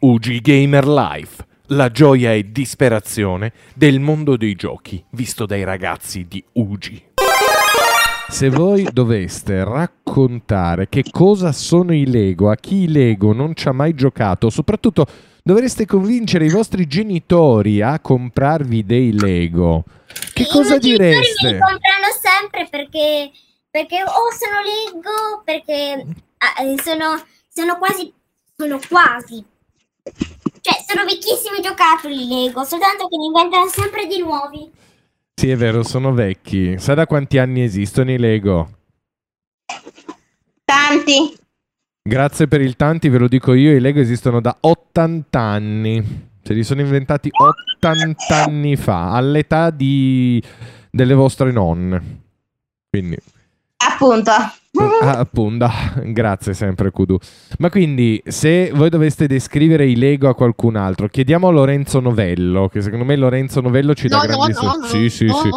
UG Gamer Life, la gioia e disperazione del mondo dei giochi visto dai ragazzi di UG. Se voi doveste raccontare che cosa sono i Lego, a chi i Lego non ci ha mai giocato, soprattutto dovreste convincere i vostri genitori a comprarvi dei Lego, che cosa I miei genitori Me direste? li comprano sempre perché, perché o sono Lego, perché ah, eh, sono, sono quasi, sono quasi. Cioè, sono vecchissimi giocattoli Lego, soltanto che ne inventano sempre di nuovi. Sì, è vero, sono vecchi. Sai da quanti anni esistono i Lego? Tanti. Grazie per il tanti, ve lo dico io, i Lego esistono da 80 anni. Se li sono inventati 80 anni fa, all'età di... delle vostre nonne. Quindi, Appunto. ah, appunto, grazie sempre Kudu. Ma quindi, se voi doveste descrivere i Lego a qualcun altro, chiediamo a Lorenzo Novello, che secondo me Lorenzo Novello ci dà grandi so- Sì, sì, sì.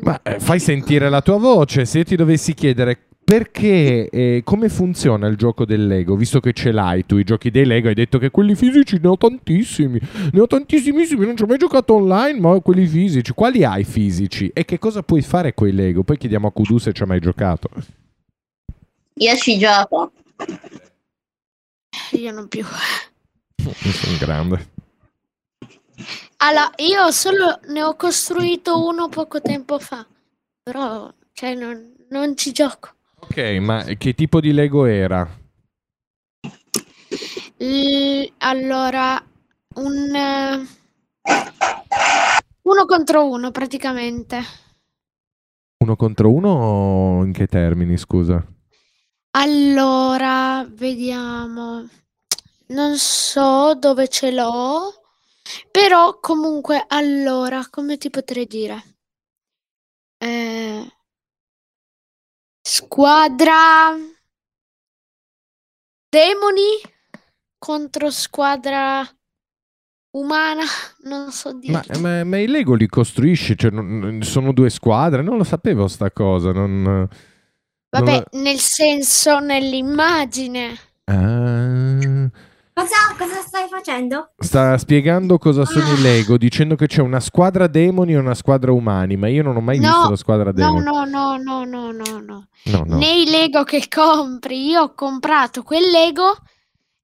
Ma eh, fai sentire la tua voce, se io ti dovessi chiedere perché, eh, come funziona il gioco del Lego, visto che ce l'hai tu, i giochi dei Lego, hai detto che quelli fisici ne ho tantissimi, ne ho tantissimissimi, non ci ho mai giocato online, ma ho quelli fisici, quali hai fisici e che cosa puoi fare con i Lego? Poi chiediamo a Kudu se ci ha mai giocato. Io ci gioco. Io non più. Io sono grande. Allora, io solo ne ho costruito uno poco tempo fa, però cioè, non, non ci gioco. Ok, ma che tipo di Lego era? L- allora, un... eh, uno contro uno praticamente. Uno contro uno o in che termini, scusa? Allora, vediamo. Non so dove ce l'ho, però comunque, allora, come ti potrei dire? Eh, squadra demoni contro squadra umana, non so Ma, eh, dirti. ma- ma i Lego li costruisci? Cioè, non- sono due squadre? Non lo sapevo sta cosa. Non... Vabbè, non nel senso, nell'immagine. la- Ah, Cosa, cosa stai facendo? sta spiegando cosa sono i Lego, dicendo che c'è una squadra demoni e una squadra umani, ma io non ho mai No, visto la squadra No, demoni. no, no, no, no, no, no. No, no. nei Lego che compri. Io ho comprato quel Lego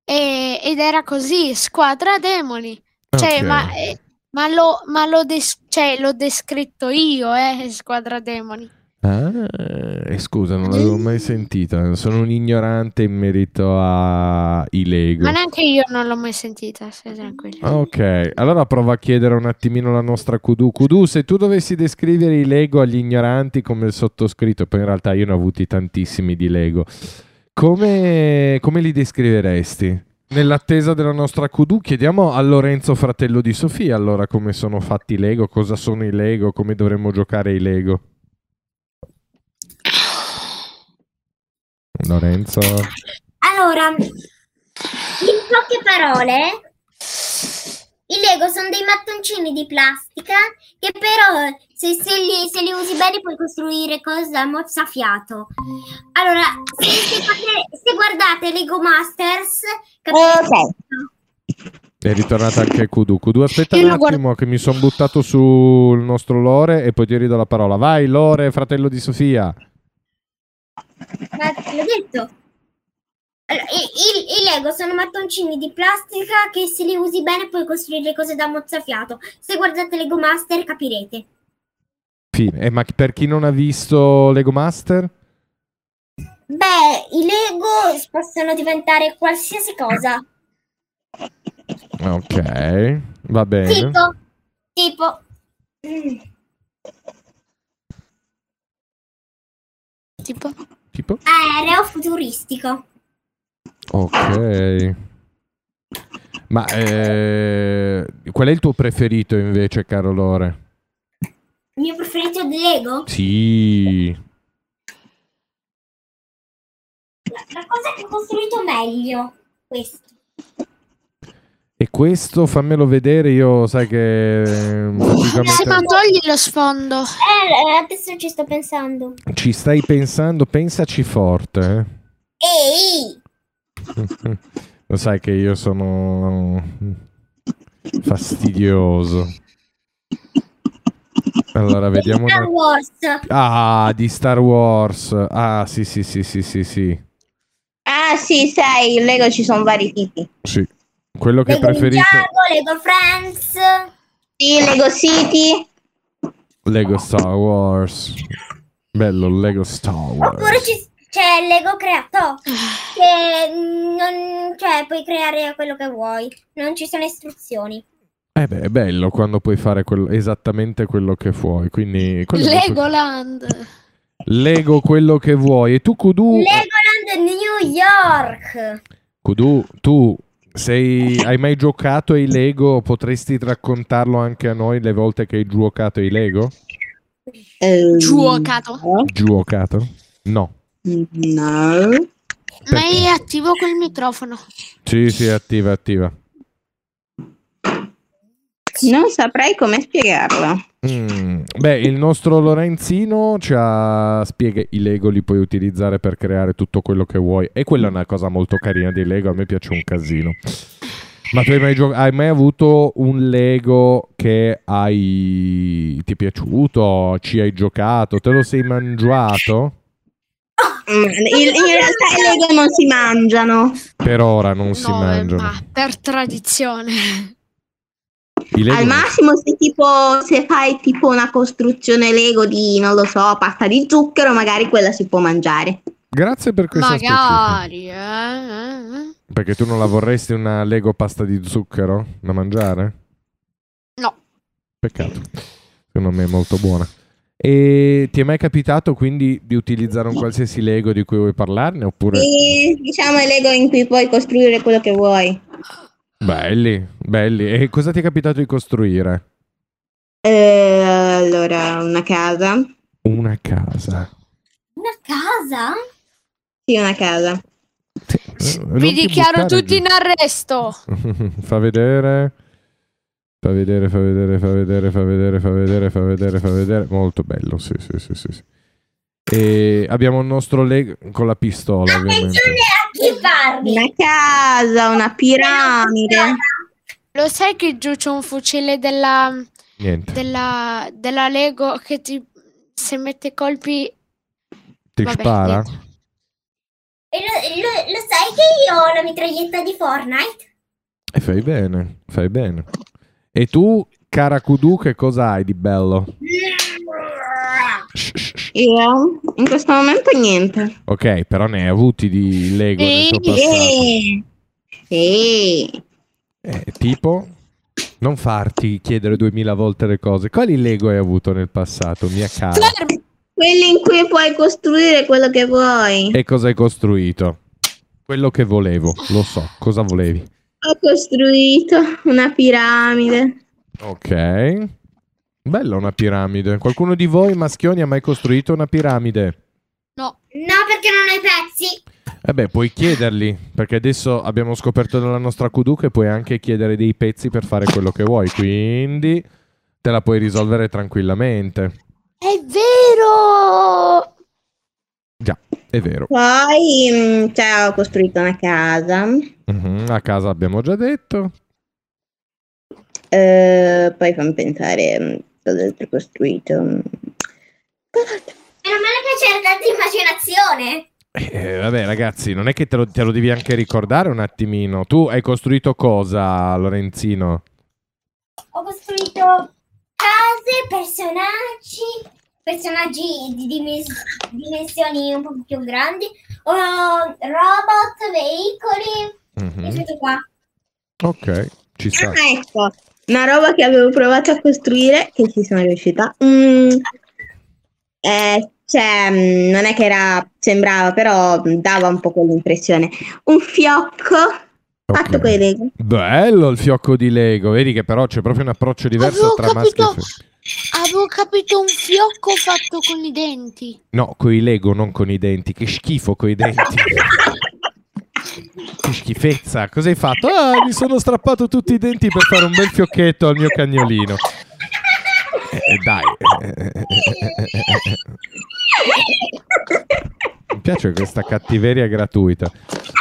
e- ed era così, squadra demoni. Cioè, Ok. ma, eh, ma l'ho, ma l'ho des- cioè, l'ho descritto io, eh, squadra demoni. Ah, eh, scusa, non l'avevo mai sentita. Sono un ignorante in merito ai Lego. Ma neanche io non l'ho mai sentita, stai tranquillo. Ah, Ok, allora prova a chiedere un attimino la nostra Kudu. Kudu, se tu dovessi descrivere i Lego agli ignoranti come il sottoscritto, poi in realtà io ne ho avuti tantissimi di Lego, come, come li descriveresti? Nell'attesa della nostra Kudu, chiediamo a Lorenzo, fratello di Sofia, allora come sono fatti i Lego, cosa sono i Lego, come dovremmo giocare i Lego. Ah. Lorenzo, Allora, in poche parole, i Lego sono dei mattoncini di plastica che però se, se li, se li usi bene puoi costruire cose a mozzafiato. Allora, se, se fate- se guardate Lego Masters, capite? Ok. è ritornata anche Kudu. Kudu, aspetta Io un lo guardo- attimo che mi sono buttato sul nostro Lore e poi ti ridò la parola. Vai Lore, fratello di Sofia. Ma te l'ho detto. Allora, i, i- i Lego sono mattoncini di plastica che se li usi bene puoi costruire cose da mozzafiato. Se guardate Lego Master capirete. Fine. Eh, ma per chi non ha visto Lego Master? Beh, i Lego possono diventare qualsiasi cosa. Ok, va bene. Tipo, tipo, mm, Tipo, Tipo? aereo futuristico. Ok. Ma eh, qual è il tuo preferito invece, caro Lore? Il mio preferito di Lego? Sì. La, la cosa che ho costruito meglio. Questo. E questo fammelo vedere, io sai che... eh, sì, ma praticamente- togli lo sfondo. Eh, adesso ci sto pensando. Ci eh. stai pensando, pensaci forte. Ehi! eh. Lo sai che io sono fastidioso. Allora, vediamo. Star un- Wars. Ah, di Star Wars. Ah, sì, sì, sì, sì, sì, sì. Ah sì, sai, in Lego ci sono vari tipi. Sì. Quello che Lego preferite Ninjago, Lego Friends. Sì, Lego City. Lego Star Wars. Bello Lego Star Oppure Wars. ci- c'è Lego Creator. Che non, cioè, puoi creare quello che vuoi. Non ci sono istruzioni. Eh beh, è bello quando puoi fare quello- esattamente quello che vuoi. Quindi quello è molto- Legoland. Lego quello che vuoi. E tu Kudu, Legoland New York. Kudu, tu sei hai mai giocato ai Lego? Potresti raccontarlo anche a noi le volte che hai giocato ai Lego? Giuocato. Giocato? No. Ehm, No. Ma è attivo quel microfono. Sì, sì, attiva, attiva. Non saprei come spiegarlo. Mm, Beh, il nostro Lorenzino ci ha spiega i Lego li puoi utilizzare per creare tutto quello che vuoi e quella è una cosa molto carina dei Lego, a me piace un casino. Ma tu hai mai, gio- hai mai avuto un Lego che hai... ti è piaciuto, ci hai giocato, te lo sei mangiato? Mm, In, in realtà i Lego non si mangiano. Per ora non si No, eh, mangiano. ma per tradizione. I Lego Al massimo se tipo se fai tipo una costruzione Lego di non lo so, pasta di zucchero, magari quella si può mangiare. Grazie per questa specifica. Magari, eh, eh, eh. Perché tu non la vorresti una Lego pasta di zucchero da mangiare? No. Peccato. Secondo me è molto buona. E ti è mai capitato quindi di utilizzare un qualsiasi Lego di cui vuoi parlarne? Oppure... E, diciamo i Lego in cui puoi costruire quello che vuoi. eh. Belli, belli. E cosa ti è capitato di costruire? Eh, allora, una casa. Una casa. Una casa? Sì, una casa. Eh, non Vi ti dichiaro buttare tutti giù. in arresto. fa vedere. Fa vedere, fa vedere, fa vedere, fa vedere, fa vedere, fa vedere, fa vedere. Molto bello, sì, sì, sì, sì. sì. E abbiamo il nostro Lego con la pistola, ovviamente. Attenzione a chi parli. Una casa, una piramide. Lo sai che giù c'è un fucile della, Niente, della, della Lego che ti, se mette colpi... ti vabbè, spara? niente. E lo, lo- lo sai che io ho la mitraglietta di Fortnite? E fai bene, fai bene. E tu, cara Kudu, che cosa hai di bello? Shh, shh, shh. Io in questo momento niente. Ok, però ne hai avuti di Lego nel tuo passato. Sì. Sì. Eh, tipo, non farti chiedere duemila volte le cose. Quali Lego hai avuto nel passato, mia cara? Fermi! Quelli in cui puoi costruire quello che vuoi. E cosa hai costruito? Quello che volevo, lo so, cosa volevi. Ho costruito una piramide. Ok. Bella una piramide. Qualcuno di voi maschioni ha mai costruito una piramide? No, No, perché non ho i pezzi. Eh beh, puoi chiederli, perché adesso abbiamo scoperto dalla nostra Kudu che puoi anche chiedere dei pezzi per fare quello che vuoi, quindi te la puoi risolvere tranquillamente. è vero! Già, è vero. Poi mm, cioè, ho costruito una casa. Mhm, A casa abbiamo già detto. Eh, poi fammi pensare mm, cosa ho costruito. Mm. Meno male che c'era tanta immaginazione. Eh, vabbè ragazzi, non è che te lo, te lo devi anche ricordare un attimino. Tu hai costruito cosa, Lorenzino? Ho costruito case, personaggi, personaggi di dimes- dimensioni un po' più grandi, ho robot, veicoli e Mhm, tutto qua. Ok, ci sta. Ah, ecco, una roba che avevo provato a costruire, che ci sono riuscita. Mm, eh, cioè, mm, non è che era, sembrava, però mm, dava un po' quell'impressione. Un fiocco fatto Ok. con i Lego. Bello il fiocco di Lego, vedi che però c'è proprio un approccio diverso Avevo tra maschi e capito. femmine. Avevo capito un fiocco fatto con i denti. No, coi Lego, non con i denti. Che schifo coi denti. che schifezza. Cos'hai fatto? Ah, mi sono strappato tutti i denti per fare un bel fiocchetto al mio cagnolino. Eh, eh, dai. Eh, eh, eh, eh, eh. Mi piace questa cattiveria gratuita.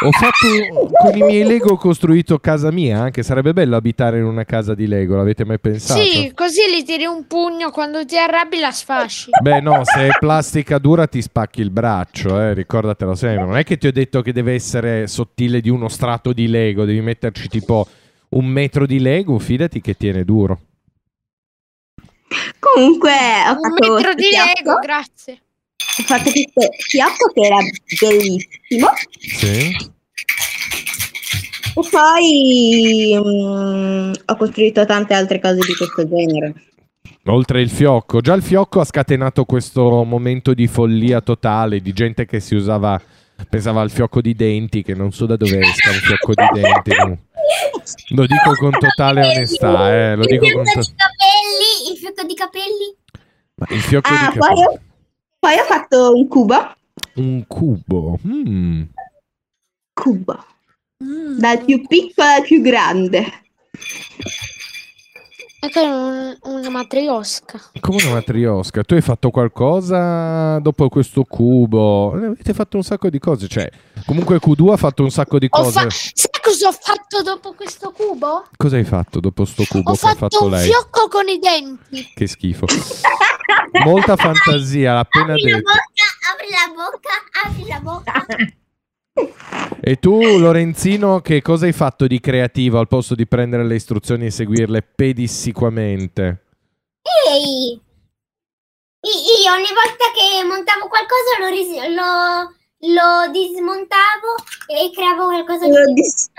Ho fatto con i miei Lego ho costruito casa mia, anche sarebbe bello abitare in una casa di Lego, l'avete mai pensato? Sì, così gli tiri un pugno, quando ti arrabbi la sfasci. Beh, no, se è plastica dura ti spacchi il braccio, eh, ricordatelo sempre. Non è che ti ho detto che deve essere sottile di uno strato di Lego, devi metterci tipo un metro di Lego, fidati che tiene duro. Comunque, ho Un fatto metro di questo Lego, piatto, grazie. ho fatto questo piatto che era bellissimo Sì. e poi mm, ho costruito tante altre cose di questo genere. Oltre il fiocco, già il fiocco ha scatenato questo momento di follia totale, di gente che si usava, pensava al fiocco di denti, che non so da dove esca Eh, un fiocco di denti. comunque. Lo dico con totale onestà, eh, lo dico il con fiocco to- di capelli, il fiocco di capelli. Ma il fiocco Ah, di poi capelli. ho, poi ho fatto un cubo, Un cubo. Mm. cubo, Mm. dal più piccolo al più grande. Ecco un- una matriosca. Come una matriosca. Tu hai fatto qualcosa dopo questo cubo? Eh, Avete fatto un sacco di cose. Cioè, comunque Q2 ha fatto un sacco di Ho cose. fa- Sai cosa ho fatto dopo questo cubo? Cosa hai fatto dopo sto cubo Ho che ha fatto, fatto un lei? fiocco con i denti. Che schifo. Molta fantasia, l'ha appena Apri la detto. bocca, apri la bocca, apri la bocca. E tu, Lorenzino, che cosa hai fatto di creativo al posto di prendere le istruzioni e seguirle pedissiquamente? Ehi! I- Io ogni volta che montavo qualcosa lo, ris- lo- lo dismontavo e creavo qualcosa di Lo dis-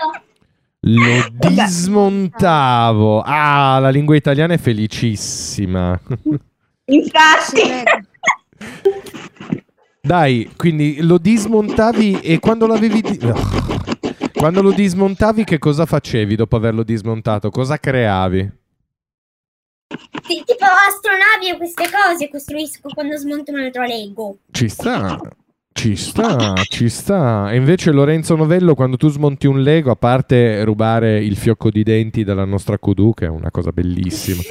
diverso. Lo dismontavo. Ah, la lingua italiana è felicissima. Infatti, Dai, quindi lo dismontavi e quando l'avevi di- no. Quando lo dismontavi che cosa facevi dopo averlo dismontato? Cosa creavi? Ti- Tipo astronavi e queste cose costruisco quando smonto un altro Lego. Ci sta, ci sta, ci sta. E invece Lorenzo Novello, quando tu smonti un Lego, a parte rubare il fiocco di denti dalla nostra Kudu, che è una cosa bellissima,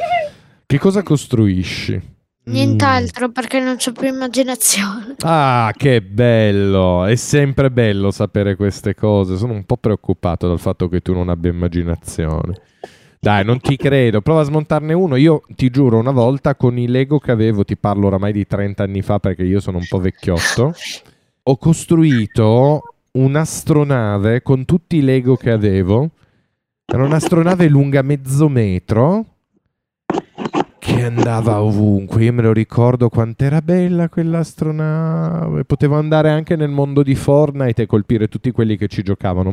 che cosa costruisci? Nient'altro perché non c'ho più immaginazione. Mm. Ah, che bello! È sempre bello sapere queste cose. Sono un po' preoccupato dal fatto che tu non abbia immaginazione. Dai, non ti credo. Prova a smontarne uno. Io ti giuro, una volta con i Lego che avevo, ti parlo oramai di 30 anni fa perché io sono un po' vecchiotto, ho costruito un'astronave con tutti i Lego che avevo. Era un'astronave lunga mezzo metro che andava ovunque. Io me lo ricordo quant'era bella quell'astronave. Potevo andare anche nel mondo di Fortnite e colpire tutti quelli che ci giocavano.